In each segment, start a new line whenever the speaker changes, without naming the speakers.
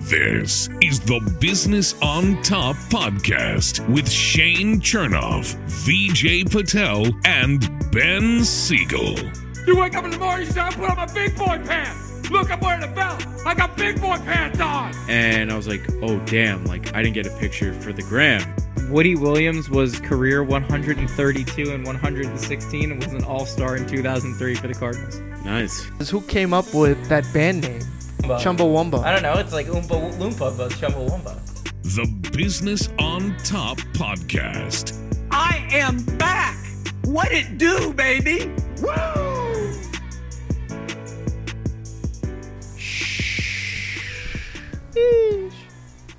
This is the Business on Top podcast with Shane Chernoff, VJ Patel, and Ben Siegel.
You wake up in the morning, you say, I put on my big boy pants. Look, I'm wearing a belt. I got big boy pants on.
and I was like, oh damn, like I didn't get a picture for the gram.
Woody Williams was career 132 and 116 and was an All Star in 2003 for the Cardinals.
Nice.
is who came up with that band name,
I
Chumbawamba.
don't know. It's like Oompa Loompa, but Chumbawamba.
The Business on Top podcast.
I am back. What it do, baby? Woo!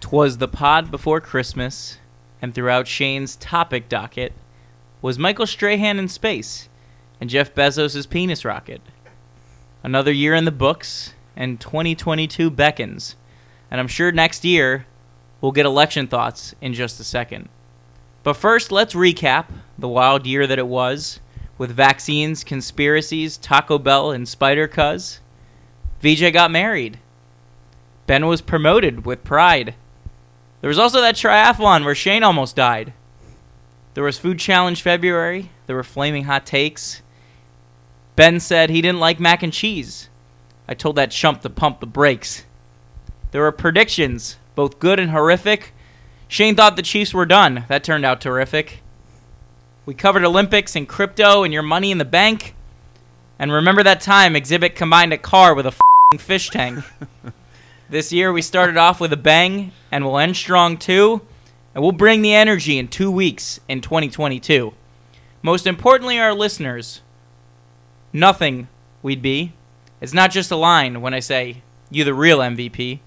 Twas the pod before Christmas, and throughout Shane's topic docket was Michael Strahan in space and Jeff Bezos' penis rocket. Another year in the books, and 2022 beckons. And I'm sure next year we'll get election thoughts in just a second. But first, let's recap the wild year that it was with vaccines, conspiracies, Taco Bell, and Spider Cuz. VJ got married. Ben was promoted with pride. There was also that triathlon where Shane almost died. There was Food Challenge February. There were flaming hot takes. Ben said he didn't like mac and cheese. I told that chump to pump the brakes. There were predictions, both good and horrific. Shane thought the Chiefs were done. That turned out terrific. We covered Olympics and crypto and your money in the bank. And remember that time Exhibit combined a car with a fing fish tank. This year we started off with a bang, and we'll end strong too. And we'll bring the energy in two weeks in 2022. Most importantly, our listeners. Nothing we'd be. It's not just a line when I say, you the real MVP.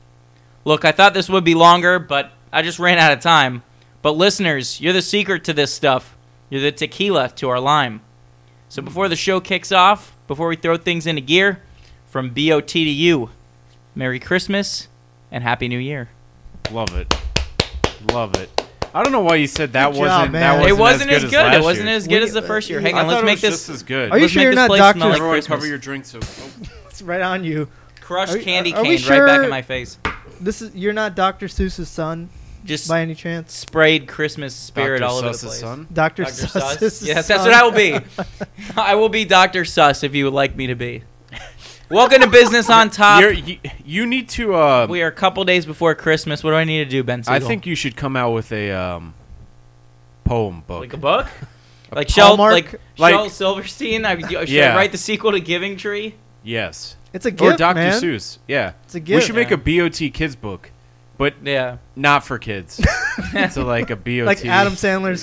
Look, I thought this would be longer, but I just ran out of time. But listeners, you're the secret to this stuff. You're the tequila to our lime. So before the show kicks off, before we throw things into gear, from BOT to you. Merry Christmas and Happy New Year.
Love it. Love it. I don't know why you said that
Good job,
wasn't
man.
that wasn't
It
It wasn't as good.
last
It wasn't
year.
as good
We-
as the first year. Hang
I
on, let's
thought it
make
was
this.
just as good.
Are you
let's
sure
make
you're
this
not
place
Dr.
smell like
Everyone,
Christmas.
cover your drink. So oh,
It's right on you.
crushed
Are we-
candy
are
cane
we
right back in
sure-
my face.
This is you're not Dr. Seuss's son
Just
by any chance.
sprayed Christmas spirit
Dr.
all over the
Suss's
place.
son?
Dr.
Dr.
Seuss's
Suss. Yes,
son.
that's what I will be. I will be Dr. Suss if you would like me to be. Welcome to Business on Top.
You're, you, you need to. Uh,
Uh, we are a couple days before Christmas. What do I need to do, Ben?
I
Siegel?
think you should come out with a um, poem book.
like a book,
A
like Shel,
Hallmark?
like,
Like-
Shel Silverstein. I, should
Yeah.
I write the sequel to Giving Tree?
yes.
It's a
Or
Oh,
gift,
Dr.
man.
Seuss. Yeah.
It's a
We
gift.
should make a BOT kids book, but
Yeah.
not for kids. so like a BOT.
Like Adam Sandler's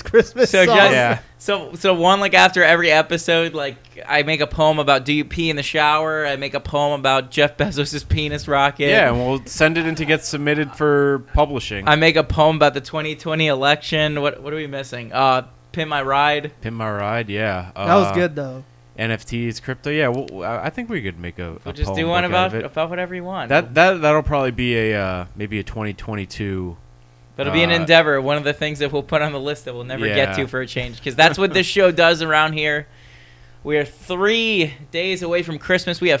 Christmas
So
song.
just
Yeah.
so so one like after every episode, like I make a poem about do you pee in the shower? I make a poem about Jeff Bezos' penis rocket.
Yeah, and we'll send it in to get submitted for publishing.
I make a poem about the 2020 election. What what are we missing? Uh, pin my ride.
Pin my ride, yeah. Uh,
That was good though.
NFTs, crypto, yeah. Well, I I think we could make a. a
We'll just
poem
do
book
one
out
about
of it.
about whatever you want.
that. That that'll probably be a uh, maybe a 2022.
That'll be an
uh,
endeavor. One of the things that we'll put on the list that we'll never
Yeah.
get to for a change, because that's what this show does around here. We are three days away from Christmas. We have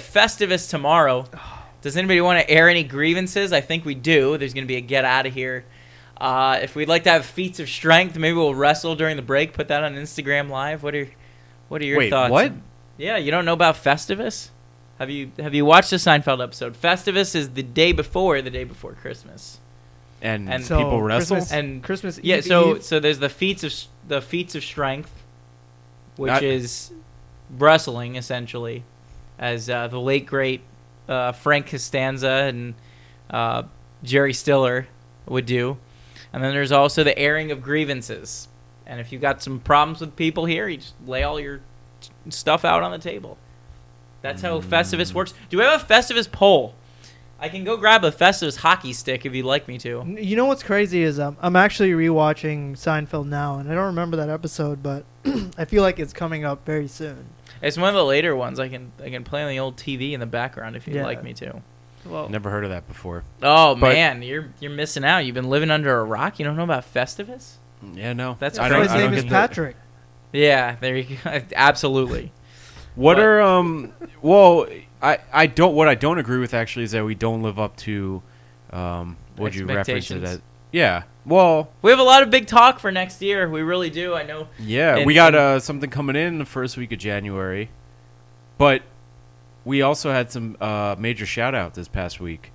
Festivus tomorrow. Does anybody want to air any grievances? I think we do. There's going to be a get out of here. Uh, if we'd like to have feats of strength, maybe we'll wrestle during the break. Put that on Instagram Live. What are What are your
Wait,
thoughts?
what?
Yeah, you don't know about Festivus? Have you Have you watched the Seinfeld episode? Festivus is the day before the day before Christmas.
And,
And-
So,
people wrestle.
Christmas-
And-
Christmas Eve.
Yeah, so
Eve.
so there's the feats of s- the feats of strength, which
Not-
is wrestling essentially, as uh, the late great uh, Frank Costanza and uh, Jerry Stiller would do, and then there's also the airing of grievances. And if you've got some problems with people here, you just lay all your stuff out on the table. That's how Festivus works. Do we have a Festivus poll? I can go grab a Festivus hockey stick if you'd like me to.
You know what's crazy is um, I'm actually rewatching Seinfeld now, and I don't remember that episode, but I feel like it's coming up very soon.
It's one of the later ones. I can I can play on the old TV in the background if you'd
Yeah.
like me to.
Well,
Never heard of that before.
Oh
But-
man, you're you're missing out. You've been living under a rock. You don't know about Festivus?
Yeah, no.
That's
I
I
don't,
don't-
his
I don't
name
get
is
the-
Patrick.
Yeah, there you go. Absolutely.
What
But-
are um? Well, I I don't. What I don't agree with actually is that we don't live up to um, would you reference it
Expectations.
as? Yeah. Well,
We have a lot of big talk for next year. We really do. I know.
yeah,
And-
we got
and-
uh, something coming in the first week of January, but we also had some uh, major shout out this past week,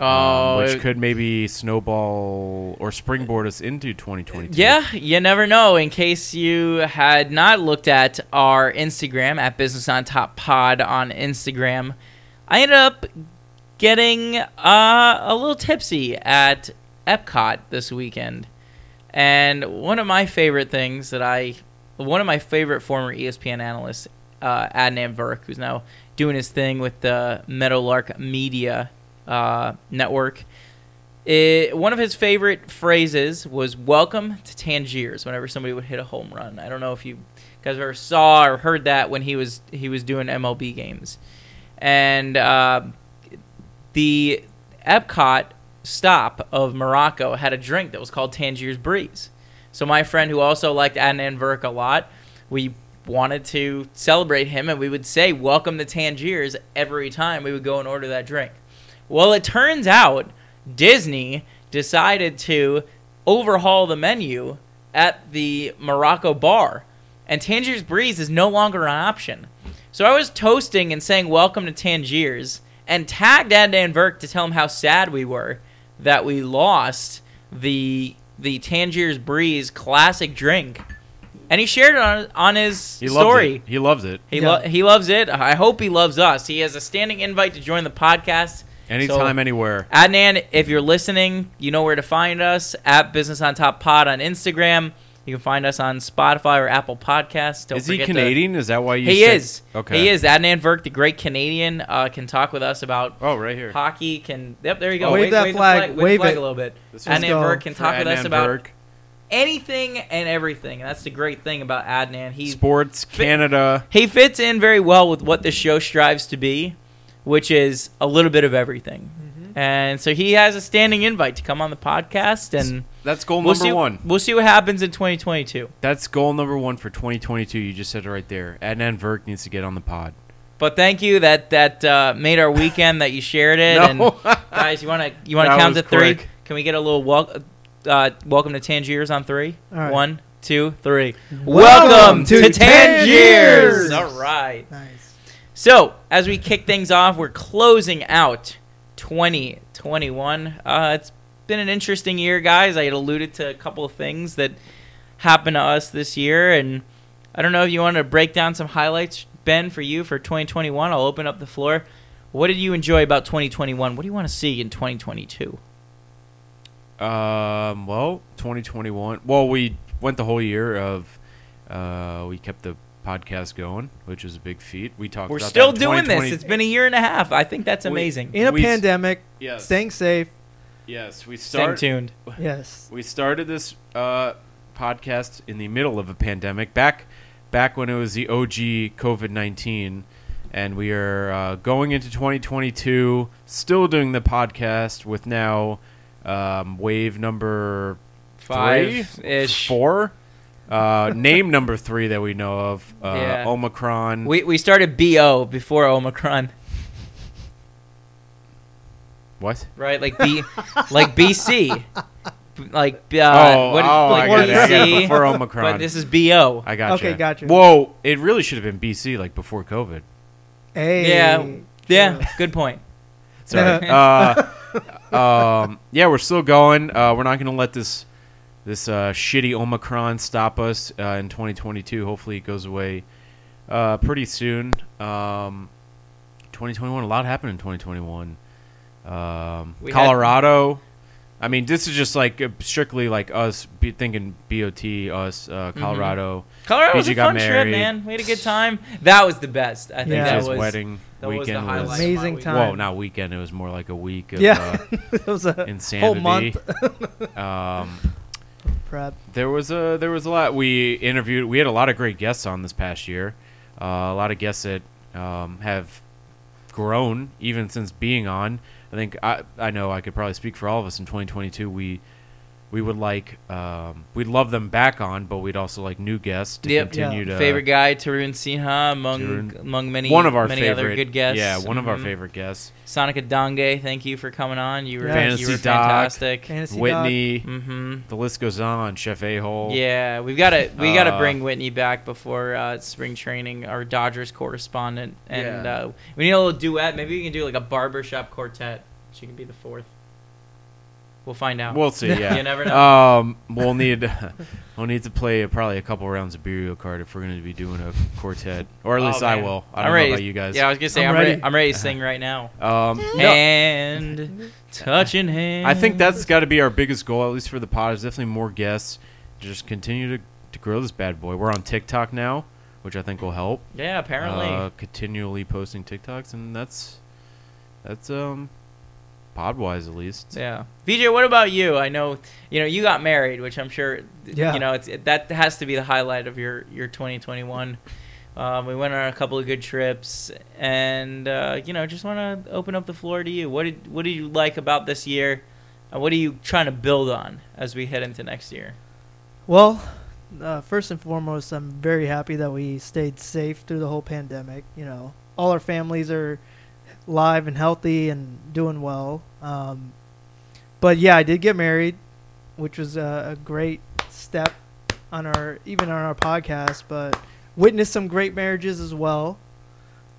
um,
Oh, Uh,
which could maybe snowball or springboard us into 2022.
Yeah, you never know. In case you had not looked at our Instagram at Business on Top Pod on Instagram, I ended up getting uh, a little tipsy at Epcot this weekend, and one of my favorite things that I, one of my favorite former E ESPN analysts, uh, Adnan Verk, who's now doing his thing with the Meadowlark Media uh, Network. It, one of his favorite phrases was "Welcome to Tangiers." Whenever somebody would hit a home run, I don't know if you guys ever saw or heard that when he was he was doing MLB games, and uh, the Epcot stop of Morocco had a drink that was called Tangiers Breeze. So my friend, who also liked Adnan Verk a lot, we wanted to celebrate him, and we would say "Welcome to Tangiers" every time we would go and order that drink. Well, it turns out Disney decided to overhaul the menu at the Morocco bar, and Tangiers Breeze is no longer an option. So I was toasting and saying "Welcome to Tangiers" and tagged Adnan Verk to tell him how sad we were that we lost the the Tangiers Breeze classic drink, and he shared it on on his
He loves
story.
it. He loves it.
He,
Yeah.
lo- he loves it. I hope he loves us. He has a standing invite to join the podcast.
Anytime,
So,
anywhere.
Adnan, if you're listening, you know where to find us at Business on Top Pod on Instagram. You can find us on Spotify or Apple Podcasts. Don't
Is he
forget to-
Canadian? Is that why you?
he
said-
is.
Okay.
He is. Adnan Verk, the great Canadian, uh, can talk with us about
Oh, right here.
hockey. Can yep, there you go.
Oh, Wave that
the
flag.
Wave,
Wave
the flag
it.
a little bit.
This
is-
Adnan
Let's go.
Verk can
For
talk with us
Adnan
about
Berg.
anything and everything. And that's the great thing about Adnan. He's
sports Canada.
he fits in very well with what the show strives to be, which is a little bit of everything.
Mm-hmm.
And so he has a standing invite to come on the podcast, and
That's goal
we'll
number
see,
one.
We'll see what happens in 2022.
That's goal number one for 2022. You just said it right there. Adnan Verk needs to get on the pod.
But thank you that that uh, made our weekend that you shared it.
No.
And guys, you want to you want to
That
count
was
to three?
quick.
Can we get a little wel- uh, welcome to Tangiers on three?
All right.
One, two, three. Welcome,
to Tangiers!
All right.
Nice.
So, as we kick things off, we're closing out 2021. Uh, it's been an interesting year, guys. I had alluded to a couple of things that happened to us this year, and I don't know if you want to break down some highlights, Ben, for you for 2021. I'll open up the floor. What did you enjoy about 2021? What do you want to see in 2022?
Um, well, 2021. Well, we went the whole year of. Uh, we kept the podcast going, which was a big feat. We talked.
We're
about
still
that in
doing
2020
this. It's been a year and a half. I think that's
We-
amazing.
In a
We s-
pandemic,
Yes.
staying safe.
yes, we
Stay
started.
tuned.
Yes.
We started this uh, podcast in the middle of a pandemic, back back when it was the OG COVID nineteen, and we are uh, going into 2022, still doing the podcast with now um, wave number three?
Five-ish.
four, uh, name number three that we know of, uh,
Yeah.
Omicron.
We, we started BO before Omicron.
what?
right? Like B, like BC, like uh,
oh,
what is-
oh,
like
I got it, I got it,
BC,
before Omicron.
but this is BO.
I got
Okay, gotcha.
Whoa, it really should have been BC, like before COVID.
Hey.
Yeah, yeah, good point.
Sorry. uh, um, yeah, we're still going. Uh, we're not going to let this this uh, shitty Omicron stop us uh, in 2022. Hopefully, it goes away uh, pretty soon. Um, 2021, a lot happened in 2021. Um,
We had-
Colorado. I mean, this is just like uh, strictly like us be thinking BOT, us, uh,
Mm-hmm.
Colorado.
Colorado was
BG
a
got
fun trip,
married.
man. We had a good time. That was the best. I think
Yeah.
that
His
was
wedding
that was the
weekend
highlight.
was.
of my
Amazing
week.
time.
Whoa, not weekend. It was more like a week of uh,
Yeah. it was a whole
insanity.
month
um,
prep.
there was a there was a lot. We interviewed. We had a lot of great guests on this past year. Uh, a lot of guests that um, have grown even since being on. I think I I know I could probably speak for all of us in 2022. We we would like um, we'd love them back on, but we'd also like new guests to
Yep.
continue to
favorite guy Tarun Sinha among
Tarun-
among many
one of our
many
favorite
other good guests.
Yeah, one of our
Mhm.
favorite guests.
Sonica Donge, thank you for coming on. You were
Yes.
you
Fantasy
were
Doc.
fantastic.
Fantasy
Whitney,
hmm
the list goes on. Chef A Hole.
Yeah, we've got to we got to
Uh,
bring Whitney back before uh, spring training. Our Dodgers correspondent, and
Yeah.
uh, we need a little duet. Maybe we can do like a barbershop quartet. She can be the fourth. We'll find out.
We'll see. Yeah,
You never know.
Um, we'll need we'll need to play probably a couple rounds of Burial Card if we're going to be doing a quartet, or at least I
Oh, man.
will. I
I'm
don't
ready.
know about you guys.
Yeah, I was gonna say I'm,
I'm
ready.
ready.
I'm ready to sing right now.
Um, no,
Hand touching hand.
I think that's got to be our biggest goal, at least for the pod. Is definitely more guests. Just continue to, to grow this bad boy. We're on TikTok now, which I think will help.
yeah. Apparently,
uh, continually posting TikToks, and that's that's um, pod wise at least.
Yeah. VJ, what about you? I know, you know, you got married, which I'm sure,
Yeah.
you know, it's, it, that has to be the highlight of your, your 2021. Um, we went on a couple of good trips and, uh, you know, just want to open up the floor to you. What did, what did you like about this year? And what are you trying to build on as we head into next year?
Well, uh, first and foremost, I'm very happy that we stayed safe through the whole pandemic. You know, all our families are live and healthy and doing well. Um, but yeah, I did get married, which was a, a great step on our even on our podcast. But witnessed some great marriages as well.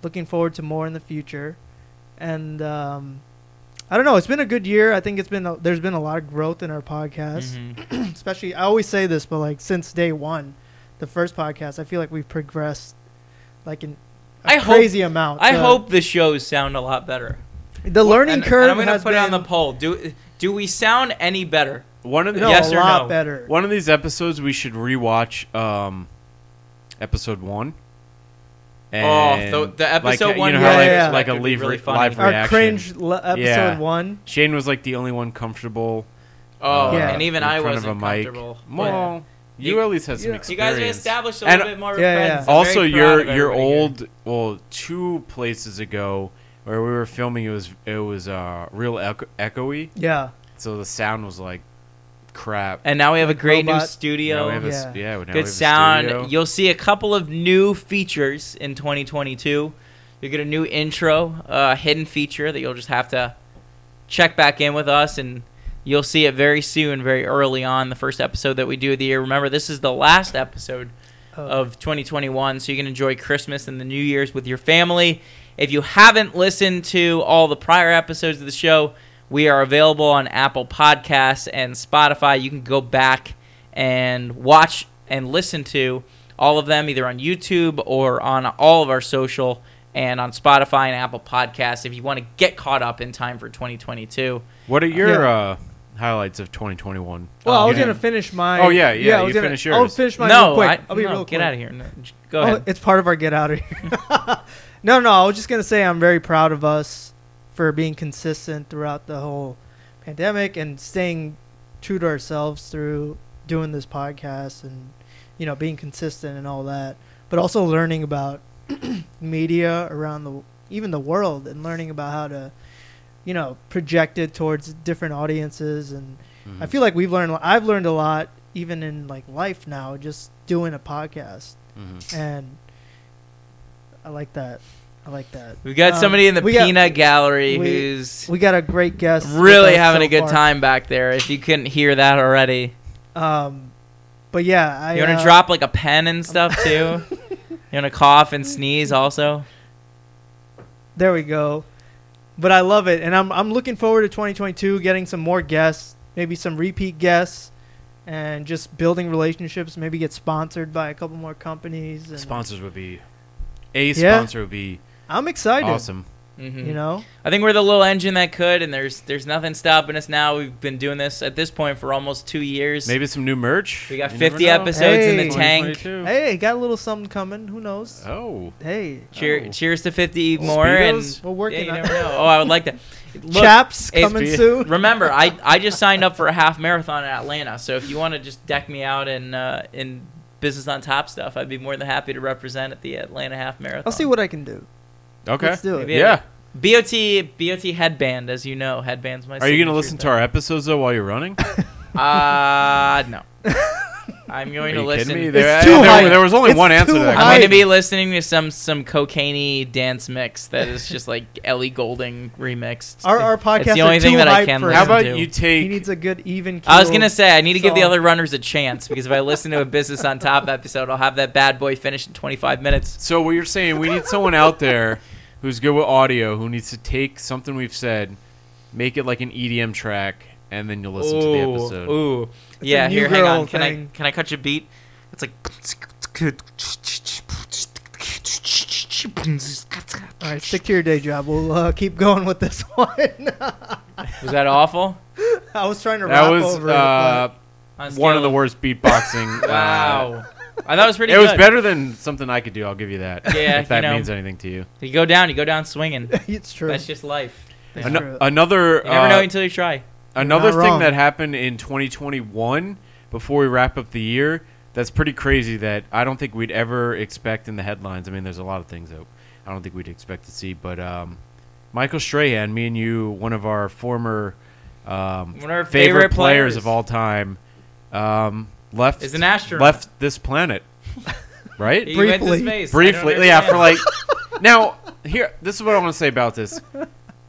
Looking forward to more in the future, and um, I don't know. It's been a good year. I think it's been a, there's been a lot of growth in our podcast
Mhm.
especially I always say this, but like since day one, the first podcast, I feel like we've progressed like in a
I hope-
crazy amount.
I
The-
hope the shows sound a lot better.
the learning
And- and
curve
I'm gonna
has
put
been
it on the poll. Do, do we sound any better?
One of the,
no,
yes
a
or
lot
no?
better.
One of these episodes, we should rewatch um, episode one.
Oh, the- the
like,
episode
you
one
know how,
Yeah,
like,
yeah, yeah.
like a
That could be
leave,
really funny.
live
Our
reaction.
cringe le- episode
Yeah.
one.
Shane was like the only one comfortable. uh,
Oh,
Yeah.
and even
in
I
front of
wasn't
a mic.
comfortable.
Well, you,
You-
at least had some
yeah.
experience.
You guys have established a
And
little bit more
yeah, yeah.
friends. I'm
also
very proud
your
of
your
everybody here.
old well two places ago where we were filming it was it was uh real echo- echoey
Yeah.
so the sound was like crap
And now we have a great new
Robot.
Now we
studio.
have a s-
Yeah.
yeah, now we have
Good
a
sound.
studio.
You'll see a couple of new features in 2022. You'll get a new intro, uh, hidden feature that you'll just have to check back in with us, and you'll see it very soon, very early on. The first episode that we do of the year. Remember, this is the last episode of 2021, so you can enjoy Christmas and the New Year's with your family. If you haven't listened to all the prior episodes of the show, we are available on Apple Podcasts and Spotify. You can go back and watch and listen to all of them either on YouTube or on all of our social and on Spotify and Apple Podcasts if you want to get caught up in time for 2022.
what are your
Yeah.
uh highlights of 2021
Well, I
You
was
didn't-
gonna finish my.
Oh, yeah, yeah,
I was
you
gonna,
finish
I'll
yours.
finish mine
Oh, no,
real quick.
I,
will be
no,
real quick.
get out of here. No, j- go
Oh,
ahead.
it's part of our get out of here. no, no, I was just gonna say I'm very proud of us for being consistent throughout the whole pandemic and staying true to ourselves through doing this podcast and you know being consistent and all that, but also learning about media around the even the world and learning about how to you know project it towards different audiences and
Mm-hmm.
I feel like we've learned I've learned a lot even in like life now just doing a podcast
Mm-hmm.
Mhm.
and I like that. I like that.
We've got
Um,
somebody in the
we got-
peanut gallery
we-
who's
We got a great guest. with
really
us
having
so
a good
far.
time back there. If you couldn't hear that already,
Um, but yeah, I.
you want to
uh,
drop like a pen and stuff too. you want to cough and sneeze also.
There we go. But I love it, and I'm I'm looking forward to 2022, getting some more guests, maybe some repeat guests, and just building relationships. Maybe get sponsored by a couple more companies. And
sponsors would be a
Yeah.
sponsor would be
I'm excited.
awesome
Mm-hmm.
You know.
I think we're the little engine that could, and there's there's nothing stopping us now. We've been doing this at this point for almost two years.
maybe some new merch
we got
You never
50
know.
episodes in
Hey.
the tank.
2022.
Hey, got a little something coming. Who knows?
oh
Hey,
Cheer,
Oh.
Cheers to 50 more, and
Speedos?
We're working
Yeah, you
on
never
it.
know. Oh, I would like that. Look,
chaps
it's-
coming soon.
Remember, I, I just signed up for a half marathon in Atlanta. So if you want to just deck me out in uh, in business on top stuff, I'd be more than happy to represent at the Atlanta half marathon.
I'll see what I can do.
okay
Let's do it.
Maybe
yeah
I- BOT BOT headband, as you know, headbands.
are
My
you
signature
gonna listen to
thing.
our episodes though while you're running
Uh, no. I'm going
Are
to
you kidding
listen.
me?
It's
there,
too high.
there was only
It's
one answer
too
to that.
high.
I'm going
I-
to be listening to some some cocainey dance mix that is just like Ellie Golding remixed.
Our- our
It's
podcasts
the
are
only
too
thing that I
hype
can
for
listen
How about
to.
you
He
take?
needs a good even.
I was
keel.
gonna say I need to give the
song.
other runners a chance because if I listen to a business on top episode, I'll have that bad boy finished in 25 minutes.
so what you're saying? We need someone out there who's good with audio who needs to take something we've said, make it like an EDM track, and then you'll listen to the
Ooh,
episode.
Ooh, yeah.
new
Here, hang
girl
on. Can
thing.
I can I catch a beat? It's like.
All right, stick to your day job. We'll uh, keep going with this one.
Was that awful?
I was trying to
That
rap
was
over
uh,
On a
one
scale
of the worst beatboxing. uh,
Wow. I thought it was pretty.
It was
good.
better than something I could do. I'll give you that.
Yeah,
if that
you know.
means anything to you.
You go down, you go down swinging.
it. it's true.
That's just life. You
That's
Ano-
true.
another
never
uh,
know until you try.
another
not
thing
wrong.
that happened in 2021 before we wrap up the year that's pretty crazy that i don't think we'd ever expect in the headlines i mean there's a lot of things that i don't think we'd expect to see but um, michael strahan me and you one of our former um,
One of our favorite
players.
players.
of all time um, left
Is an astronaut.
left this planet right
You went to
Briefly.
space. I don't
briefly yeah for
understand.
like now here this is what i want to say about this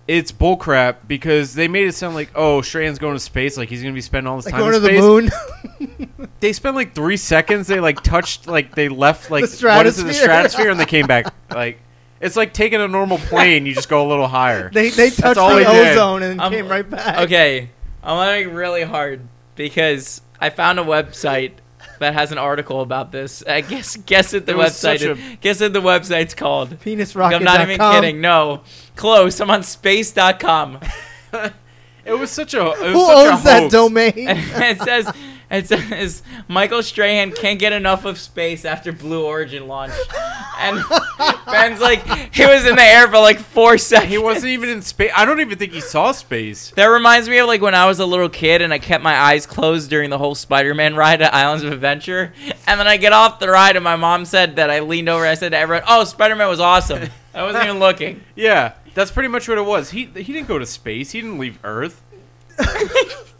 it's bullcrap because they made it sound like oh Strahan's going to space like he's going to be spending all this
like
time
going to
in
the
space
moon.
they spent like three seconds they like touched like they left like
The
what is it, the
stratosphere.
stratosphere and they came back like it's like taking a normal plane you just go a little higher
they they touched
all
the
they did.
ozone and
I'm-
came right back.
Okay, I'm laughing really hard because I found a website that has an article about this. I guess guess at the
It was such
website. guess at the website's called.
Penisrocket.com.
I'm not even kidding. No, close. I'm on space.com.
it was such a it was
Who
such a
owns that
hoax.
domain?
it says it says Michael Strahan can't get enough of space after Blue Origin launch, and Ben's like he was in the air for like four seconds.
he wasn't even in space i don't even think he saw space
That reminds me of like when I was a little kid and I kept my eyes closed during the whole Spider-Man ride at Islands of Adventure, and then I get off the ride and my mom said that I leaned over. and I said to everyone, "Oh, Spider-Man was awesome." I wasn't even looking.
Yeah, that's pretty much what it was. He he didn't go to space. He didn't leave Earth.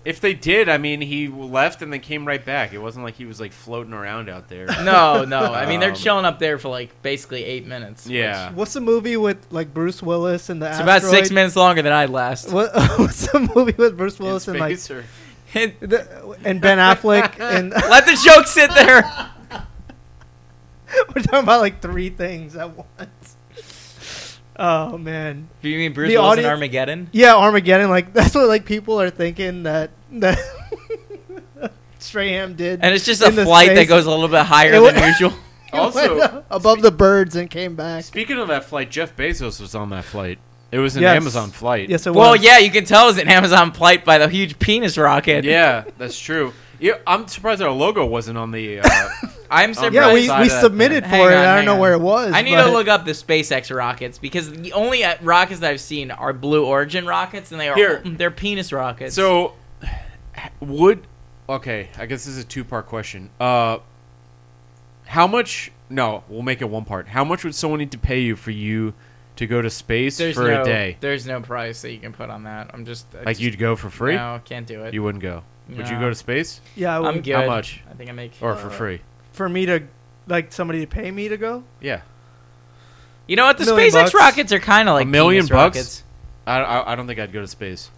if they did, I mean, he left and then came right back. It wasn't like he was like floating around out there.
No, no. I mean, they're
Um,
chilling up there for like basically eight minutes.
Yeah.
What's the movie with like Bruce Willis and the
It's about six
asteroid?
minutes longer than I'd last.
What, what's the movie with Bruce Willis
In
and like
space or-
the, and Ben Affleck and
Let the joke sit there.
we're talking about like three things at once. Oh man.
Do you mean Bruce
The
Willis
audience-
and Armageddon?
Yeah, Armageddon. Like that's what like people are thinking that that Strayham did.
And it's just
In
a
the
flight
space.
that goes a little bit higher
It wa-
than usual.
also,
above the birds and came back.
speaking of that flight, Jeff Bezos was on that flight. It was an
Yes.
Amazon flight.
Yes, it
Well,
was.
yeah, you can tell it's an Amazon flight by the huge penis rocket.
Yeah, that's true. Yeah, I'm surprised our logo wasn't on the. Uh,
I'm
Yeah,
surprised.
yeah. We,
Right.
we
Side
submitted
of-
for
hang
it.
on,
I
hang
don't know
on.
where it was.
I need
but
to look up the SpaceX rockets because the only uh, rockets that I've seen are Blue Origin rockets, and they are
Here.
they're penis rockets.
so, would okay? I guess this is a two-part question. Uh, how much? No, we'll make it one part. How much would someone need to pay you for you to go to space
there's
for
no
a day?
there's no price that you can put on that. I'm just I
Like
just-
you'd go for free?
No, can't do it.
You wouldn't go. Would you
No. Uh.
go to space
Yeah, I
I'm
would,
good.
How much?
I think I make
or for free?
for me to like somebody to pay me to go.
Yeah,
You know what? The
Million
SpaceX
bucks.
rockets are kind of like
million
penis
bucks?
rockets.
I, I, I don't think I'd go to space.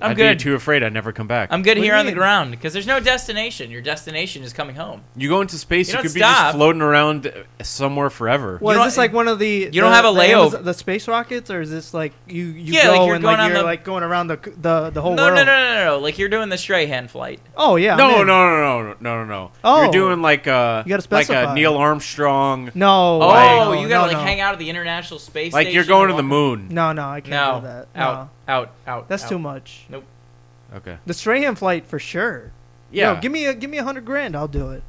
I'm
I'd
good.
Be too afraid I'd never come back.
I'm good
What do
here
you
on the
mean?
ground because there's no destination. Your destination is coming home.
you go into space,
You
you,
don't
could be
stop.
just floating around uh, somewhere forever.
Well,
don't-
is this like one of the
You don't have a
the
layover.
Amazon- the space rockets, or is this like you you
Yeah,
go
like you're
and
going
like
on
you're
the-
like going around the the, the whole
no,
world?
no, no, no, no, no. Like you're doing the Strahan flight.
Oh yeah.
no,
I'm
no,
in.
no, no, no, no, no.
Oh.
You're doing like a
You gotta
like a
specify.
Neil Armstrong.
No.
Oh,
no,
you gotta
no,
like
no.
hang out at the International Space
Like you're
Station
going
and
to the
walk-
moon.
No, no, I can't
No,
do that.
out, out, out.
No. That's
out.
too much.
Okay.
The Strahan flight for sure.
Yeah.
Yo, give me a give me a hundred grand, I'll do it.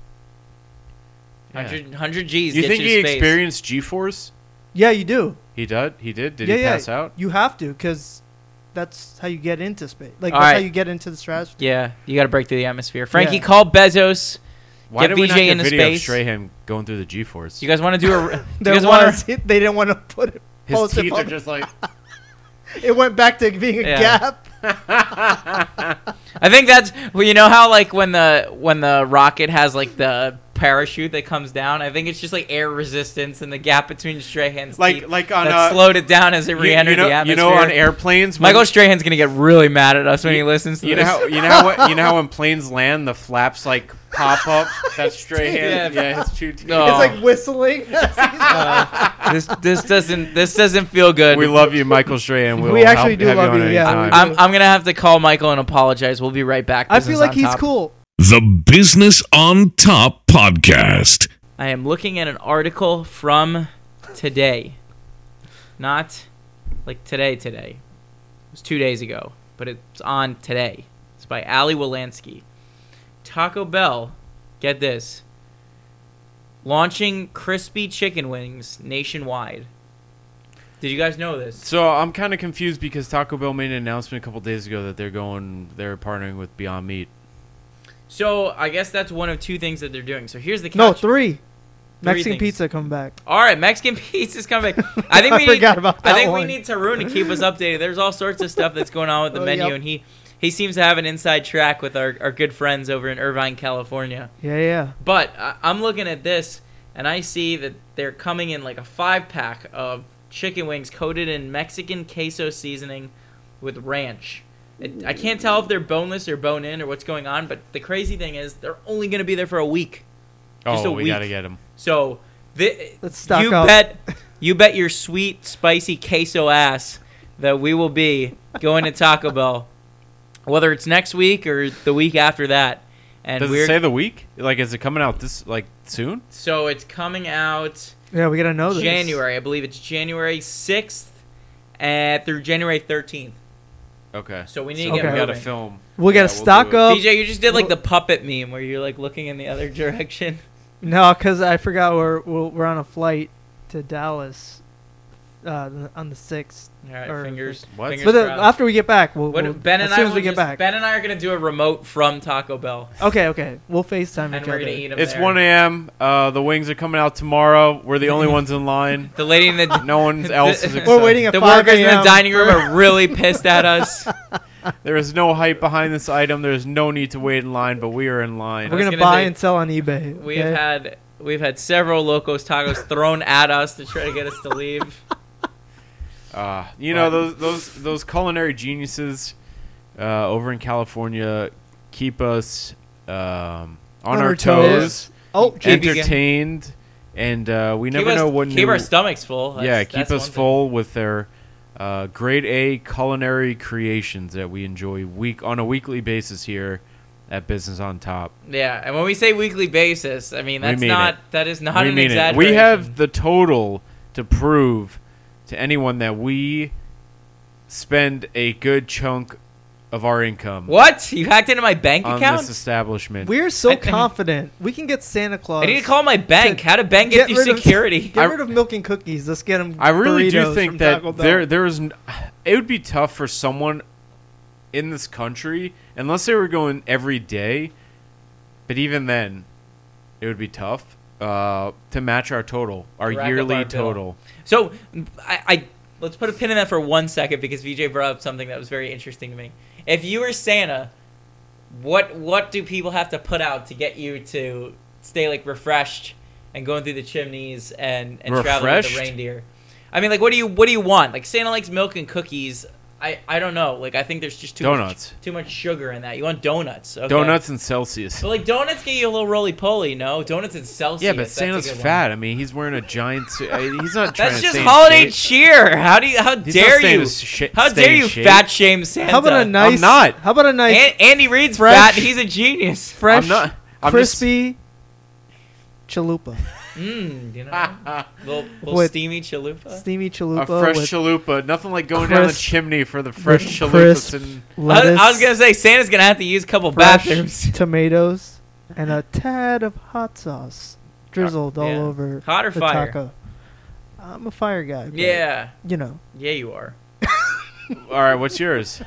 Yeah.
100, 100 G's.
You
get
think
to
he
space.
experienced G-force?
Yeah, you do.
He did. He did. Did
yeah,
he
yeah.
pass out?
You have to, because that's how you get into space. Like
All
that's how
right.
you get into the stratosphere.
Yeah, you got to break through the atmosphere. Frankie,
Yeah.
call Bezos.
Why
Get
did we not
VJ
get
into
video
space.
of Strahan going through the G-force?
You guys want to do a? you
There
guys
was
want to?
they didn't want to put it.
His
post it
teeth are
public-
just like.
It went back to being a
Yeah.
gap.
I think that's well, you know how like when the when the rocket has like the parachute that comes down. I think it's just like air resistance and the gap between Strahan's
Like-
teeth
like on,
that
uh,
slowed it down as it
You-
re-entered
you know,
the
you
atmosphere.
know, on airplanes, when-
Michael Strahan's gonna get really mad at us when he listens to
You know
this.
how you know how what, you know how when planes land, the flaps like pop up. That stray hand,
Yeah.
yeah, his two teeth.
No.
It's
Oh.
like,
like whistling.
this this doesn't this doesn't feel good.
we love you, Michael Strahan. We'll
We actually
help-
do
have
love
on
you,
any
yeah.
time.
I'm I'm gonna have to call Michael and apologize. We'll be right back.
I
This
feel
is
like
on
he's
top.
cool.
The Business on Top Podcast.
I am looking at an article from today. Not like today, today. It was two days ago, but it's on today. It's by Ali Walansky. Taco Bell, get this, launching crispy chicken wings nationwide. Did you guys know this?
So I'm kind of confused because Taco Bell made an announcement a couple days ago that they're going, they're partnering with Beyond Meat.
So I guess that's one of two things that they're doing. So here's the catch.
No, three. Mexican
things.
pizza coming back.
All right, Mexican pizza's coming back. I think
I
we need,
forgot about
I
that
think we
one.
need Tarun to keep us updated. There's all sorts of stuff that's going on with the
Oh,
menu,
yep.
and he he seems to have an inside track with our, our good friends over in Irvine, California.
Yeah, yeah.
But I, I'm looking at this, and I see that they're coming in like a five pack of chicken wings coated in Mexican queso seasoning with ranch. It, I can't tell if they're boneless or bone in or what's going on, but the crazy thing is they're only going to be there for a week. Just
oh,
a
we
week.
gotta get him.
So thi-
Let's stock
you
up.
bet you bet your sweet spicy queso ass that we will be going to Taco Bell, whether it's next week or the week after that. And
Does
we're
it say the week? Like, is it coming out this like soon?
so it's coming out
Yeah, we gotta know Oh, this.
January. I believe it's January sixth uh, through January thirteenth.
Okay.
So we need
So
to
we
get
gotta
moving.
film.
We
Yeah,
gotta
we'll
stock
do it.
up.
DJ, you just did like the puppet meme where you're like looking in the other direction.
No, because I forgot we're we're we're on a flight to Dallas uh, on the sixth.
All right,
Or-
fingers.
What?
fingers
But the,
crossed.
after we get back, we'll,
What-
we'll-
ben
as
and I
soon
will
as we get
just-
back.
Ben and I are gonna do a remote from Taco Bell,
Okay, okay. We'll Facetime
and
each
we're
other.
gonna eat them.
It's 1 a.m. Uh, the wings are coming out tomorrow. We're the only ones in line.
The lady in the
No one else is.
We're
Excited.
We're waiting at
the
5
workers in the
a.m.
dining room are really pissed at us.
There is no hype behind this item. There is no need to wait in line, but we are in line.
We're
was
gonna,
gonna
buy
say,
and sell on eBay.
We
okay?
have had we've had several locos tacos thrown at us to try to get us to leave.
Uh, you know those those those culinary geniuses uh, over in California keep us um, on our toes,
Oh,
Keep you-
entertained, and uh, we
keep
never
us,
know when.
keep
new-
our stomachs full. That's-
yeah, keep
that's one
us
thing.
full with their uh, grade A culinary creations that we enjoy week on a weekly basis here at Business on Top.
Yeah, and when we say weekly basis, I mean
We
that's
mean
not
it.
that is not
we
an
mean it.
exaggeration.
We have the total to prove to anyone that we spend a good chunk of our income
what you hacked into my bank
on
account.
this establishment.
We're so
I-
confident we can get Santa Claus.
I need to call my bank. How did bank get,
Get
through
rid of-
security?
Get
I-
rid of milk and cookies. Let's get them.
I really do think
from Taco
that
Bell.
there there is n- it would be tough for someone in this country unless they were going every day, but even then, it would be tough uh, to match our total, our
Rack up
yearly
our bill.
total.
So I, I let's put a pin in that for one second because VJ brought up something that was very interesting to me. If you were Santa, what what do people have to put out to get you to stay like refreshed and going through the chimneys and, and traveling with
Refreshed?
the reindeer? I mean, like, what do you what do you want? Like Santa likes milk and cookies. I, I don't know. Like I think there's just too
Donuts.
much too much sugar in that. You want donuts? Okay.
Donuts and Celsius.
But like donuts get you a little roly poly. No donuts and Celsius.
Yeah, but
that's a
Santa's
good one.
fat. I mean, he's wearing a giant suit. I- He's not trying
That's
to
just
stay in
holiday
shape.
cheer. How do you? How
He's not
dare
staying
you?
in sha-
how
stay in
dare you
shape.
fat shame Santa?
How about a nice?
not.
How about a nice
An- Andy Reid's
Fresh-
fat. He's a genius.
fresh,
I'm not- I'm just-
crispy chalupa,
Mmm. You know, little, little
Ah. With-
steamy chalupa.
steamy chalupa
A fresh
with
chalupa. Nothing like going down the
crisp-
chimney for the fresh
with
chalupas
crisp
and
I, was-
lettuce.
I was gonna say Santa's gonna have to use a couple
fresh
bathrooms.
tomatoes and a tad of hot sauce drizzled all
Oh, Yeah.
over
Hot or
the
fire?
taco. I'm a fire guy. but,
Yeah,
you know.
yeah, you are.
All right, what's yours?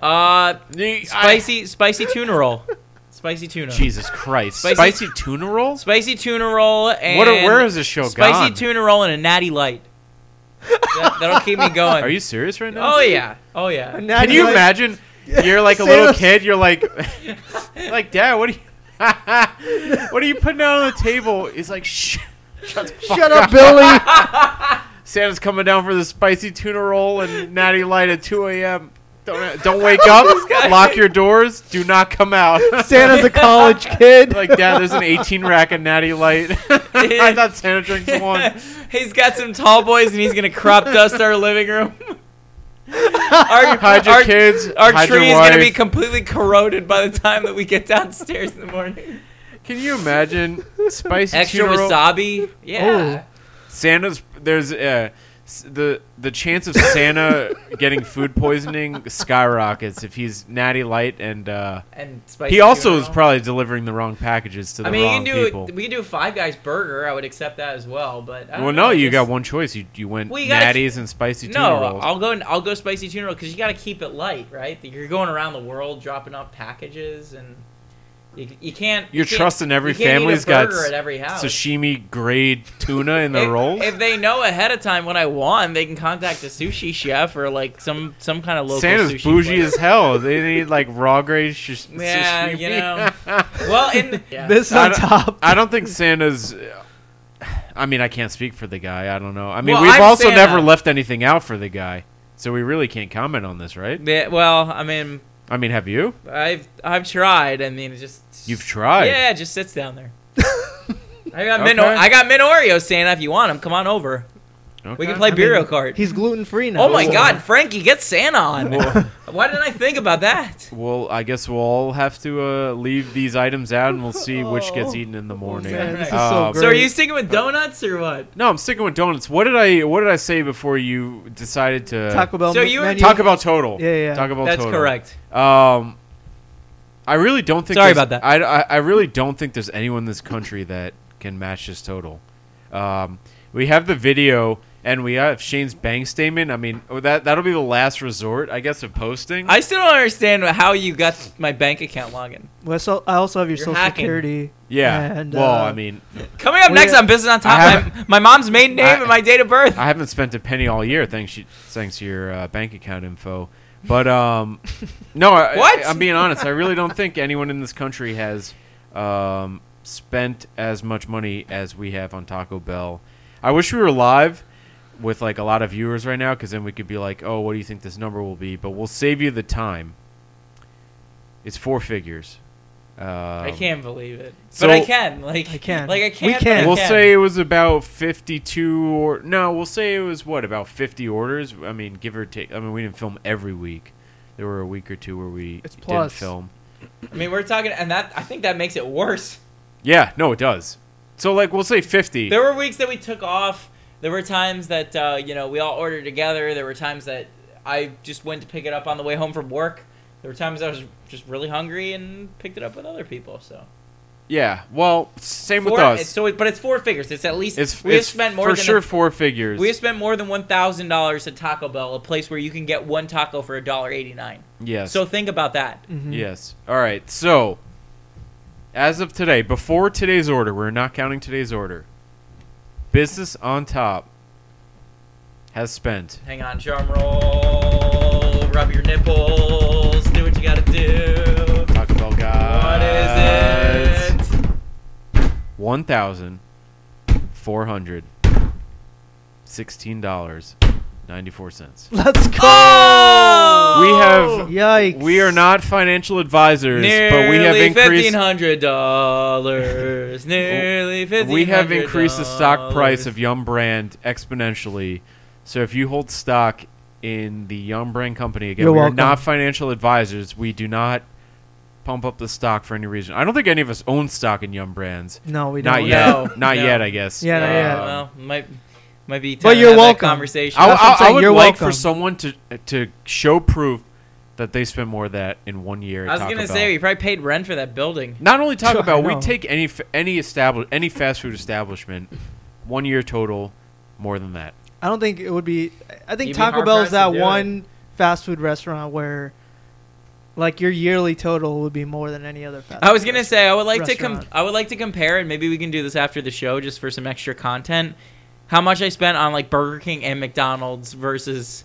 Uh,
I-
spicy, spicy tuna roll. Spicy tuna.
Jesus Christ.
Spicy-
Spicy, tuna rolls?
Spicy tuna roll and
What? Where is this show
spicy
gone?
tuna roll and a natty light. that, that'll keep me going.
Are you serious right now?
Oh yeah. Oh yeah.
Can you imagine? You're like a
Thanos.
little kid. You're like, like Dad, what are you, what are you putting out on the table? He's like, shh. Shut, the fuck
Shut up, Billy.
Santa's coming down for the spicy tuna roll and natty light at 2 a.m. Don't, don't wake up. Lock your doors. Do not come out.
Santa's a college kid.
like, Dad, there's an 18 rack of natty light. I thought Santa drinks one.
he's got some tall boys and he's gonna crop dust our living room. our,
Hide your
our-
kids.
Our
hide your
tree is gonna be
wife.
completely corroded by the time that we get downstairs in the morning.
Can you imagine spicy
Extra
tuna roll?
wasabi. Yeah.
Oh. Santa's there's uh, s- the the chance of Santa getting food poisoning skyrockets if he's natty light and uh,
And spicy
he also
tuna
is
roll.
probably delivering the wrong packages to the
I mean, you
wrong
can do
people.
we can do Five Guys burger. I would accept that as well, but I don't
Well,
know,
no,
I
you
guess-
got one choice. You you went
Well, you gotta-
natties and spicy tuna
No,
rolls.
I'll go. and I'll go spicy tuna roll because you got to keep it light, right? You're going around the world dropping off packages, and you, you can't.
You're
you
trusting every
you can't eat
family's
a
got
burger
s-
at every house.
Sashimi grade tuna in the
if,
rolls.
If they know ahead of time what I want, they can contact a sushi chef or like some some kind of local.
Santa's
sushi
bougie
place.
as hell. They need like raw grade sh-
Yeah,
sashimi.
you know. well. In yeah.
This
I
on
don't-
top.
I don't think Santa's. I mean, I can't speak for the guy. I don't know. I mean,
Well,
we've
I'm
also
Santa.
never left anything out for the guy, so we really can't comment on this, right?
Yeah, well, I mean,
I mean, have you?
I've I've tried. I mean, it just
You've tried.
Yeah, it just sits down there. I got min
Okay.
I got min Oreo Santa if you want them. Come on over.
Okay.
We can play
I
Bureau
mean,
Card.
He's gluten free now.
Oh my
so-
God, Frankie, get Santa on.
Well,
Why didn't I think about that?
well, I guess we'll all have to uh, leave these items out, and we'll see which gets
Oh.
eaten in the morning.
Man, this is
Um,
so great.
So are you sticking with donuts or what?
No, I'm sticking with donuts. What did I What did I say before you decided to
Taco Bell.
So
me-
you were-
menu-
Talk about total.
Yeah, yeah.
Talk about
That's
total.
correct.
Um, I really don't think.
Sorry
there's-
about that.
I, I, I really don't think there's anyone in this country that can match this total. Um, we have the video and we have Shane's bang statement. I mean, oh, that that'll be the last resort, I guess, of posting.
I still don't understand how you got my bank account login.
Well, so- I also have your
You're
social
hacking.
security.
yeah.
And,
well,
uh,
I mean,
Coming up
We-
next on Business on Top,
I
my,
haven't-
my mom's maiden name
I-
and my date of birth.
I haven't spent a penny all year thanks you, thanks to your uh, bank account info. But um, no, I,
What?
I, am being honest. I really don't think anyone in this country has um, spent as much money as we have on Taco Bell. I wish we were live with like a lot of viewers right now, because then we could be like, "Oh, what do you think this number will be?" But we'll save you the time. It's four figures. Um,
I can't believe it,
so-
but I can. Like
I can.
Like I can.
We
but
can.
I
We'll
can.
say it was about 52 or no, we'll say it was what about 50 orders. I mean, give or take. I mean, we didn't film every week. There were a week or two where we
It's
didn't
plus.
film.
I mean, we're talking, and that I think that makes it worse.
Yeah, no, it does. So like we'll say 50.
There were weeks that we took off. There were times that uh, you know we all ordered together. There were times that I just went to pick it up on the way home from work. There were times I was just really hungry and picked it up with other people. So
yeah. Well, same
four,
with
It's,
us.
so it, but it's four figures. It's at least
It's,
we
it's
have spent more
for
than
sure
a-
four figures.
we have spent more than one thousand dollars at Taco Bell, a place where you can get one taco for a dollar eighty nine.
yes.
So think about that.
Mm-hmm.
Yes. All right. So, as of today, before today's order, we're not counting today's order. Business on top has spent
Hang on, drum roll, rub your nipples, do what you gotta do.
Taco Bell
What
guys.
is it?
One thousand four hundred sixteen dollars ninety four cents.
Let's go.
Oh!
We have
Yikes.
we are not financial advisors, but we have
Nearly
increased
hundred dollars. Nearly fifteen.
we have increased the stock price of Yum Brand exponentially. So if you hold stock in the Yum Brand company again,
You're
we are
welcome.
not financial advisors. We do not pump up the stock for any reason. I don't think any of us own stock in Yum Brands.
No, we don't.
Not yet.
No,
not
no.
yet. I guess.
Yeah, not yet.
Um,
Oh, well, might might be.
But
time to
you're
have that
welcome.
Conversation.
I,
That's what I'm
I- I
saying.
would
You're
like for
welcome.
someone to to show proof that they spend more of that in one year. at
I was
Taco
gonna
Bell.
say we probably paid rent for that building.
Not only Taco
Sure,
Bell,
I
we
know.
take any f- any establish any fast food establishment, one year total, more than that.
I don't think it would be. I think
You'd be
Taco
hard
Bell
pressed
is
to
that
do it.
one fast food restaurant where, like, your yearly total would be more than any other fast.
I was
food
gonna say I would like to com-
Restaurant.
I would like to compare, and maybe we can do this after the show just for some extra content. How much I spent on like Burger King and McDonald's versus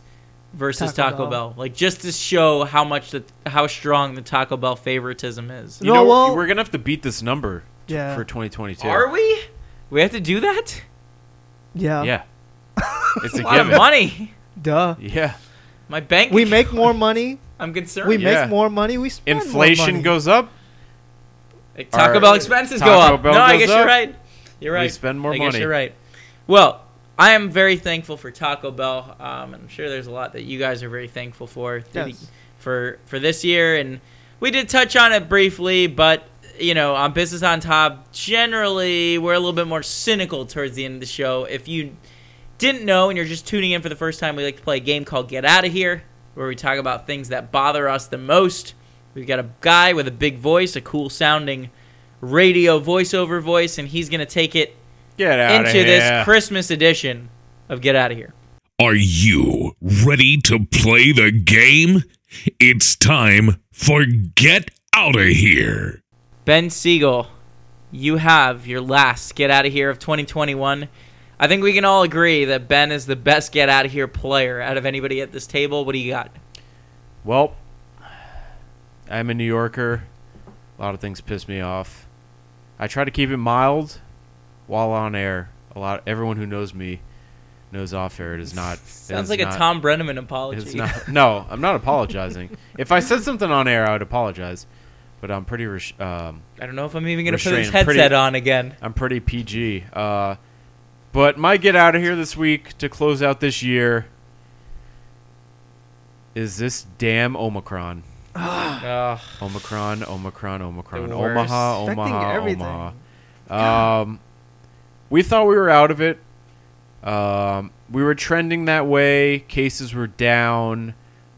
versus Taco,
Taco
Bell.
Bell.
like just to show how much the how strong the Taco Bell favoritism is.
You
No,
know,
well-
we're gonna have to beat this number t-
Yeah.
for 2022.
Are we? We have to do that?
Yeah.
Yeah, it's a
A lot of
given.
money.
Duh.
Yeah,
My bank.
We
account-
make more money.
I'm concerned.
We
Yeah.
make more money. We spend more
inflation
money.
goes up.
Like, Taco
Our-
Bell expenses go
Taco
up.
Bell
no, I
goes
guess
up.
you're right. You're
We
right.
spend more
I
money.
guess you're right. Well, I am very thankful for Taco Bell. Um, and I'm sure there's a lot that you guys are very thankful for through the-
Yes.
for for this year, and we did touch on it briefly, but you know, on Business on Top, generally we're a little bit more cynical towards the end of the show. If you didn't know and you're just tuning in for the first time, we like to play a game called Get Out of Here, where we talk about things that bother us the most. We've got a guy with a big voice, a cool sounding radio voiceover voice, and he's going to take it
Get out
into
of
this
here.
Christmas edition of Get Out of Here.
Are you ready to play the game? It's time for Get Out of Here.
Ben Siegel, you have your last Get Out of Here of 2021. I think we can all agree that Ben is the best Get Out of Here player out of anybody at this table. What do you got?
well, I'm a New Yorker. A lot of things piss me off. I try to keep it mild while on air. A lot. Everyone who knows me knows off air. It is not. it
Sounds
is
like a
not-
Tom Brenneman
It's
apology.
not. No, I'm not apologizing. if I said something on air, I would apologize. But I'm pretty. Res- um,
I don't know if I'm even going to put
Restrained,
his headset
pretty-
on again.
I'm pretty PG. Uh, but my get out of here this week to close out this year is this damn Omicron.
Ugh.
Omicron, Omicron, Omicron,
The
Omaha,
worst. Affecting
Omaha,
everything.
Omaha. Um, we thought we were out of it. Um, we were trending that way. Cases were down.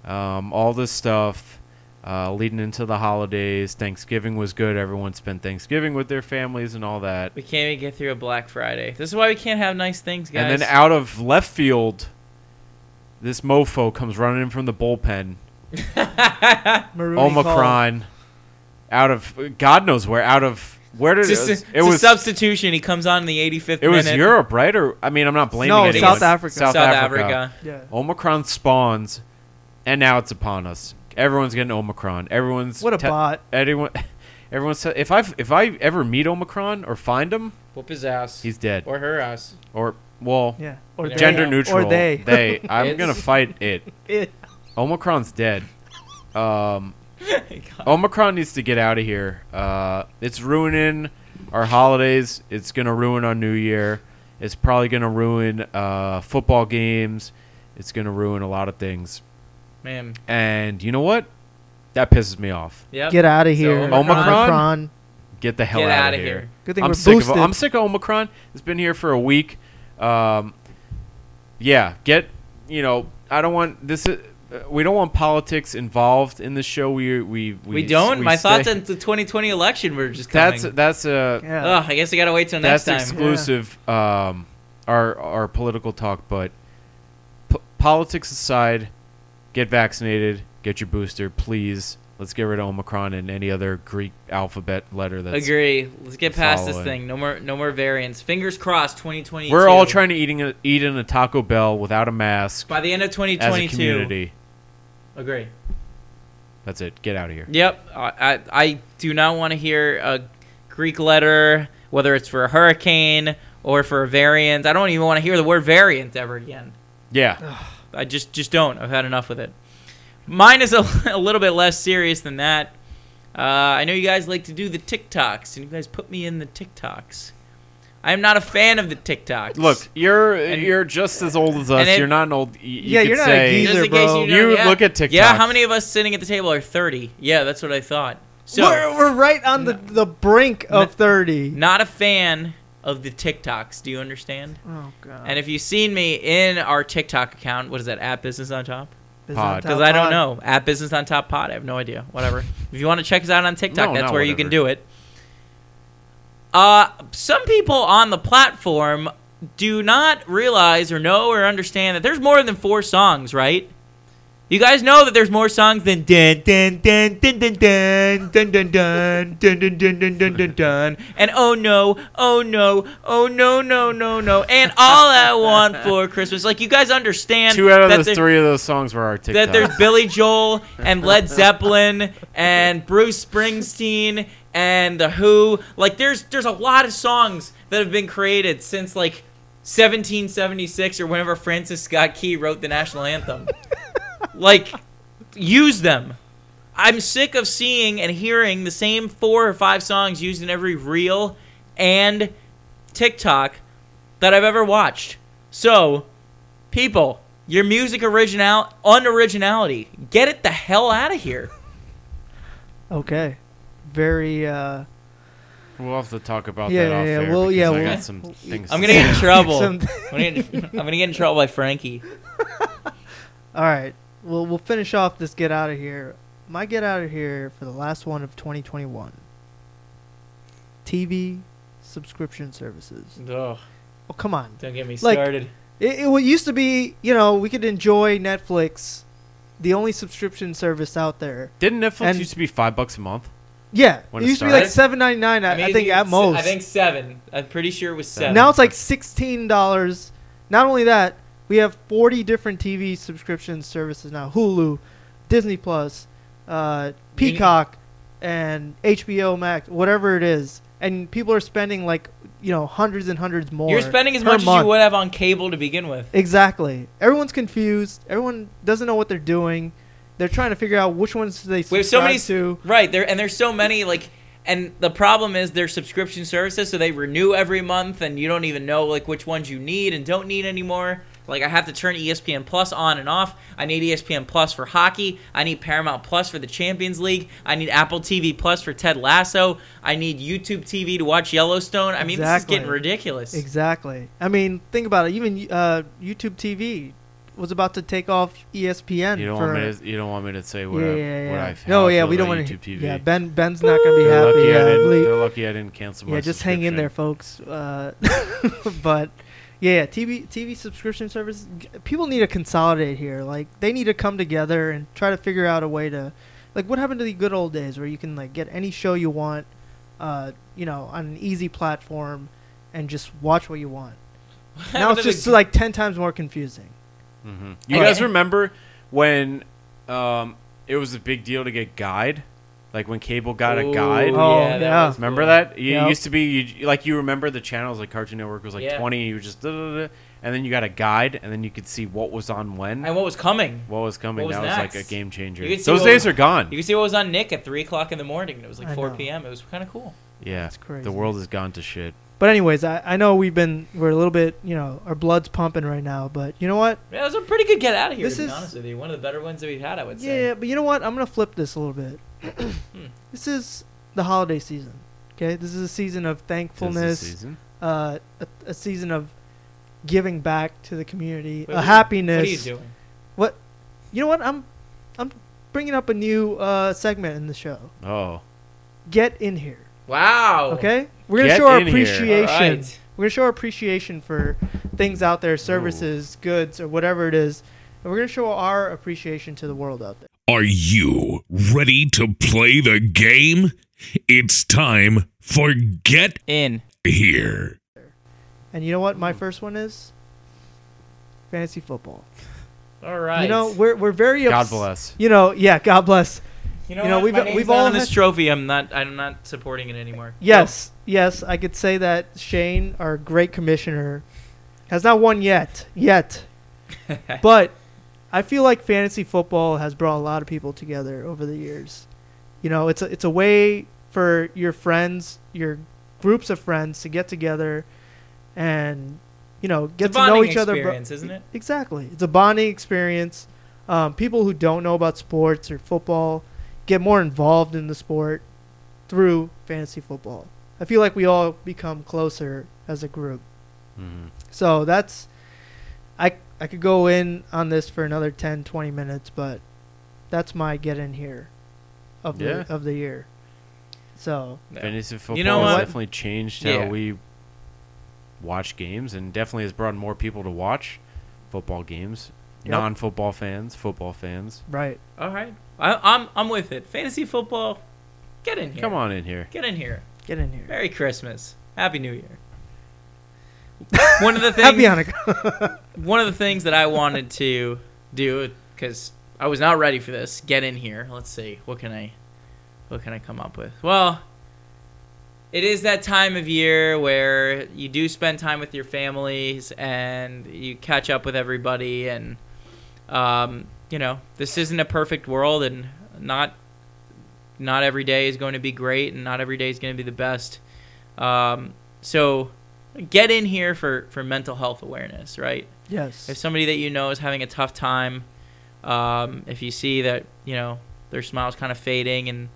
Um, all this stuff uh, leading into the holidays. Thanksgiving was good. Everyone spent Thanksgiving with their families and all that.
we can't even get through a Black Friday. This is why we can't have nice things, guys.
And then out of left field, this mofo comes running in from the bullpen.
Maroon
Omicron. Out of God knows where. Out of where did it?
Just a-
was-
it's
It
a
was
substitution. He comes on in the 85th
it was
minute.
Europe, right? Or I mean, I'm not blaming
No,
anyone.
South Africa.
South, Africa.
Yeah.
Omicron spawns, and now it's upon us. Everyone's getting Omicron. Everyone's
What a
te-
bot.
Everyone, everyone's. te- If I if I ever meet Omicron or find him,
Whoop his ass.
he's dead. Or,
or her ass.
well,
Yeah. Or
Yeah.
they.
gender neutral.
Or they.
They. I'm
It's-
gonna fight it.
It-
Omicron's dead. Um, Omicron needs to get out of here. Uh, it's ruining our holidays. It's gonna ruin our New Year. It's probably gonna ruin uh, football games. It's gonna ruin a lot of things.
Man.
And you know what? That pisses me off.
Yep.
Get out of
So
here.
Omicron?
Omicron.
Get the hell
Get
out
outta
of here.
here.
Good thing
I'm
we're
sick
boosted.
of. I'm sick of Omicron. It's been here for a week. Um, yeah, get you know. I don't want this. Is, uh, we don't want politics involved in the show. We we we,
We, don't.
we
My
stay-
thoughts on the 2020 election were just coming.
That's that's a
Yeah.
Ugh, I guess I gotta wait till
that's
next time.
exclusive. Um, our our political talk, but p- politics aside, get vaccinated, get your booster, please. Let's get rid of Omicron and any other Greek alphabet letter that's
Agree. Let's get
that's
past
all
this
in.
thing. No more, no more variants. Fingers crossed. 2022.
We're all trying to eating a, eat in a Taco Bell without a mask
By the end of
as a
2022.
community.
Agree.
That's it. Get out of here.
Yep. I, I, I do not want to hear a Greek letter, whether it's for a hurricane or for a variant. I don't even want to hear the word variant ever again.
Yeah.
I just just don't. I've had enough with it. Mine is a, a little bit less serious than that. Uh, I know you guys like to do the TikToks, and you guys put me in the TikToks. I am not a fan of the TikToks.
Look, you're
And-
you're just as old as us.
and it-
you're not an old. y- You,
Yeah,
could
you're not a
say,
geezer.
Just in case
bro.
you, don't-
You
yeah.
look at TikToks.
Yeah, how many of us sitting at the table are 30? Yeah, that's what I thought. So,
we're, we're right on the, the brink
No.
of 30.
not a fan of the TikToks. Do you understand?
Oh, God.
And if you've seen me in our TikTok account, what is that? At Business on Top.
Pod.
It's on top
Because I don't
pod.
know. At Business on Top Pod. I have no idea. Whatever. if you want to check us out on TikTok,
No,
that's
not
where you can
whatever.
do it. Uh, some people on the platform do not realize or know or understand that there's more than four songs, right? You guys know that there's more songs than dun dun dun dun dun dun dun dun dun dun dun dun dun dun dun dun and oh no oh no oh no no no no and all I want for Christmas. Like you guys understand
Two out
that
of the
there-
three of those songs were our TikTok.
that there's Billy Joel and Led Zeppelin and Bruce Springsteen and the Who. Like there's there's a lot of songs that have been created since like 1776 or whenever Francis Scott Key wrote the national anthem. like use them. I'm sick of seeing and hearing the same four or five songs used in every reel and TikTok that I've ever watched. So, people, your music original unoriginality, get it the hell out of here.
Okay. Very. Uh,
we'll have to talk about
Yeah,
that
yeah,
off
yeah.
air
Well,
because
yeah,
I
we'll-
got some things.
I'm
to
gonna
say.
get in trouble. I'm
Some-
gonna get, I'm gonna get in trouble by Frankie.
all right. Well, we'll finish off this get out of here. My get out of here for the last one of 2021. TV subscription services.
Oh,
Oh, come on.
don't get me
Like- It, it wa- used to be, you know, we could enjoy Netflix, the only subscription service out there.
Didn't Netflix
and-
used to be five bucks a month?
Yeah,
When
it
it
used to be like
started?
seven ninety nine. I, I think at most.
I think seven. I'm pretty sure it was seven.
now it's like sixteen dollars. Not only that, we have forty different TV subscription services now: Hulu, Disney Plus, uh,
You need-
Peacock, and HBO Max, whatever it is. And people are spending like you know hundreds and hundreds more.
you're spending as
per
much as you
month.
would have on cable to begin with.
Exactly. Everyone's confused. Everyone doesn't know what they're doing. They're trying to figure out which ones they subscribe
We have so many
to.
right there, and there's so many like, and the problem is they're subscription services, so they renew every month, and you don't even know like which ones you need and don't need anymore. Like I have to turn E ESPN Plus on and off. I need E ESPN Plus for hockey. I need Paramount Plus for the Champions League. I need Apple TV Plus for Ted Lasso. I need YouTube TV to watch Yellowstone. I mean, this is
Exactly.
getting ridiculous.
Exactly. I mean, think about it. Even uh, YouTube TV was about to take off E ESPN.
You don't
for,
want me to. You don't want me to say what
yeah,
I,
yeah, yeah.
what I. how
no,
I
yeah,
feel
we don't
about
want
YouTube TV.
Yeah, Ben Ben's not gonna be
They're lucky,
happy.
I
Yeah,
didn't,
Lee-
they're lucky I didn't cancel my
yeah just hang in there,
subscription.
folks. Uh, but yeah, TV TV subscription service. g- People need to consolidate here. Like they need to come together and try to figure out a way to, like, what happened to the good old days where you can like get any show you want, uh, you know, on an easy platform, and just watch what you want. now it's just like ten times more confusing.
You
Okay.
guys remember when um, it was a big deal to get guide? Like when cable got a guide?
Oh, yeah.
was
Remember
cool.
that? You
Yep.
used to be you, like you remember the channels like Cartoon Network was like
Yeah.
20 you were just duh, duh, duh, and then you got a guide and then you could see what was on when.
And what was coming?
what was coming
what was
that was like a
next?
game changer.
You could see
Those
what
days
was-
are gone.
You can see what was on Nick at three o'clock in the morning. and It was like
I
four
know.
p.m. It was kind of cool.
yeah.
That's crazy.
The world has gone to shit.
But anyways, I, I know we've been we're a little bit you know our blood's pumping right now, but you know what?
Yeah, it was a pretty good get out of here.
This
to be
is-
honest with you, one of the better ones that we've had, I would
Yeah,
say. Hmm.
yeah, but you know what? I'm gonna flip this a little bit. this is the holiday season. Okay, this is a season of
Tis the
thankfulness,
season.
uh, a, a season of giving back to the community,
Wait, what
a
are you-
happiness.
What are you doing?
What- you know what? I'm I'm bringing up a new uh, segment in the show.
Oh.
Get in here,
Wow.
okay? We're gonna
Get
show our
in here.
appreciation.
All right.
We're gonna show our appreciation for things out there, services, goods, or whatever it is. And we're gonna show our appreciation to the world out there.
Are you ready to play the game? It's time for Get
In.
Here.
And you know what? My
Hmm.
first one is fantasy football.
All right.
You know, we're we're very
God
obs-
bless.
You know, yeah, God bless. you know,
what?
we've-
My name's
we've
not
all
on this
had-
trophy. I'm not. I'm not supporting it anymore.
Yes, yes, I could say that Shane, our great commissioner, has not won yet, yet. but I feel like fantasy football has brought a lot of people together over the years. You know, it's a, it's a way for your friends, your groups of friends, to get together and you know
It's
get
a
to know
bonding
each other. bro-
experience, isn't it?
Exactly. It's a bonding experience. Um, people who don't know about sports or football get more involved in the sport through fantasy football. I feel like we all become closer as a group.
Mm-hmm.
So that's I I could go in on this for another 10 20 minutes, but that's my get in here of
Yeah.
the of the year. So,
Fantasy football
know
has
what?
definitely changed
Yeah.
how we watch games and definitely has brought more people to watch football games. non-football fans, football fans.
Right.
All right, I, I'm I'm with it. Fantasy football, get in here.
Come on in here.
get in here.
Get in here.
Merry Christmas, Happy New Year. One of the things.
Happy Hanukkah.
one of the things that I wanted to do because I was not ready for this. Get in here. Let's see. What can I, what can I come up with? Well, it is that time of year where you do spend time with your families and you catch up with everybody, and um, you know this isn't a perfect world, and not not every day is going to be great, and not every day is going to be the best. Um, so get in here for for mental health awareness, right? If
yes.
somebody that you know is having a tough time, um, if you see that you know their smile's kind of fading and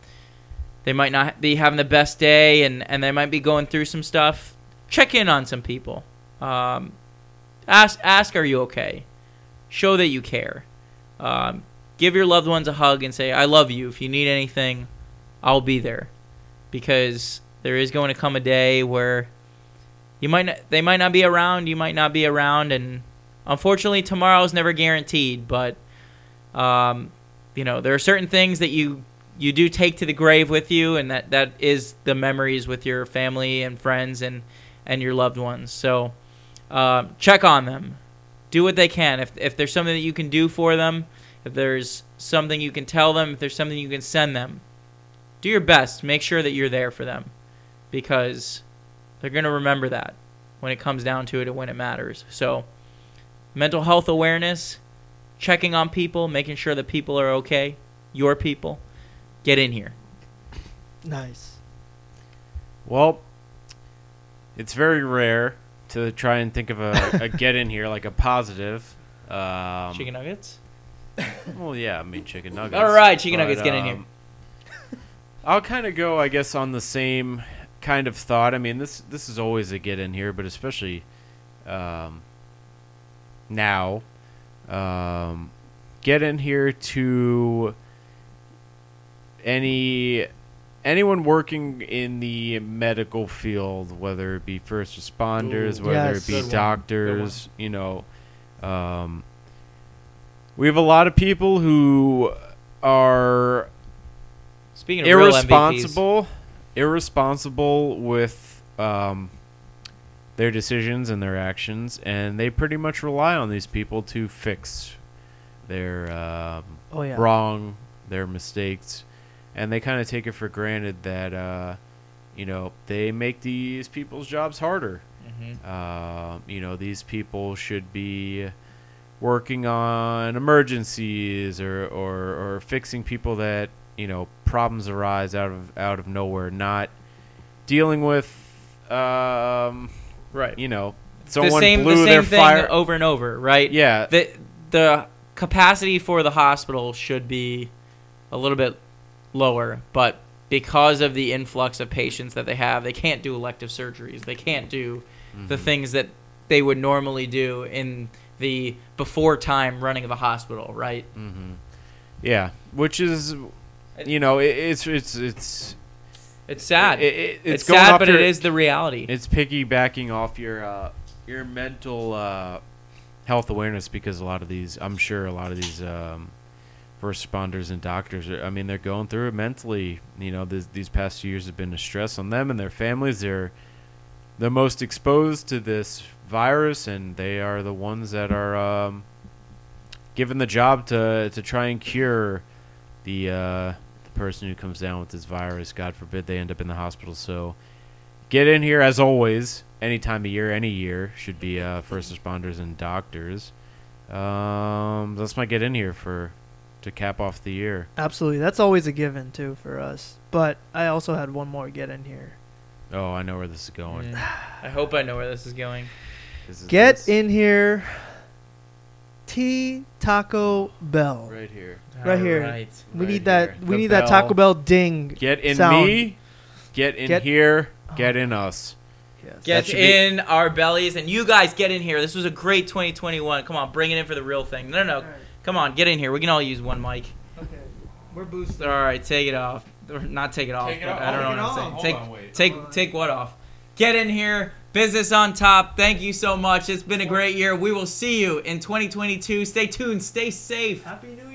they might not be having the best day and and they might be going through some stuff, check in on some people. Um, ask ask are you okay? Show that you care. Um, give your loved ones a hug and say I love you. If you need anything, I'll be there, because there is going to come a day where you might not, they might not be around. You might not be around and Unfortunately, tomorrow is never guaranteed, but um, you know there are certain things that you you do take to the grave with you, and that that is the memories with your family and friends and and your loved ones. So um, check on them, do what they can. If if there's something that you can do for them, if there's something you can tell them, if there's something you can send them, do your best. Make sure that you're there for them, because they're gonna remember that when it comes down to it and when it matters. So mental health awareness, checking on people, making sure that people are okay, your people. Get in here.
Nice.
Well, it's very rare to try and think of a, a get in here like a positive. Um,
Chicken nuggets?
Well, yeah, I mean chicken nuggets. um,
All right, chicken nuggets, get in here.
I'll kind of go, I guess, on the same kind of thought. I mean, this this is always a get in here, but especially um, now, um, get in here to any anyone working in the medical field, whether it be first responders,
Ooh.
whether
Yes.
it
Good
be
one.
doctors, you know. Um, we have a lot of people who are
Speaking of Real MVPs,
irresponsible, irresponsible with um, their decisions and their actions, and they pretty much rely on these people to fix their um,
Oh yeah.
wrong, their mistakes, and they kind of take it for granted that uh, you know they make these people's jobs harder.
Mm-hmm.
Um, you know these people should be working on emergencies or, or or fixing people that you know problems arise out of out of nowhere, not dealing with um,
right?
you know
The
someone
same,
blew
the
their
same thing
fire.
over and over, right?
yeah,
The the capacity for the hospital should be a little bit lower, but because of the influx of patients that they have, they can't do elective surgeries. They can't do
Mm-hmm.
the things that they would normally do in the before time running of a hospital, right?
Mm. yeah, which is you know it, it's it's it's
It's sad.
It- it- it's
it's
going
sad,
off
but
your-
it is the reality.
It's piggybacking off your uh, your mental uh, health awareness because a lot of these, I'm sure, a lot of these um, first responders and doctors, are, I mean, they're going through it mentally. You know, this, these past few years have been a stress on them and their families. They're the most exposed to this virus, and they are the ones that are um, given the job to to try and cure the. Uh, the person who comes down with this virus god forbid they end up in the hospital so get in here as always any time of year any year should be uh, first responders and doctors um, that's my get in here for to cap off the year
Absolutely. That's always a given too for us. But I also had one more get in here.
oh i know where this is going
I hope I know where this is going.
This is
Get
this.
in here. T Taco Bell.
right here
Right here.
Alright.
We
right
need that.
here.
We
The
need that
bell.
Taco Bell ding.
get in
sound.
me get in
Get-
here get in us
Yes.
Get
should be-
in our bellies, and you guys get in here. This was a great 2021. Come on, bring it in for the real thing. No, no, no. Come on, get in here. We can all use one mic.
Okay.
We're boosted. All right, take it off. Or not take it off. but I don't know what I'm saying. Take, take, take what off? Get in here. Business on top. Thank you so much. It's been a great year. We will see you in 2022. Stay tuned. Stay safe.
Happy New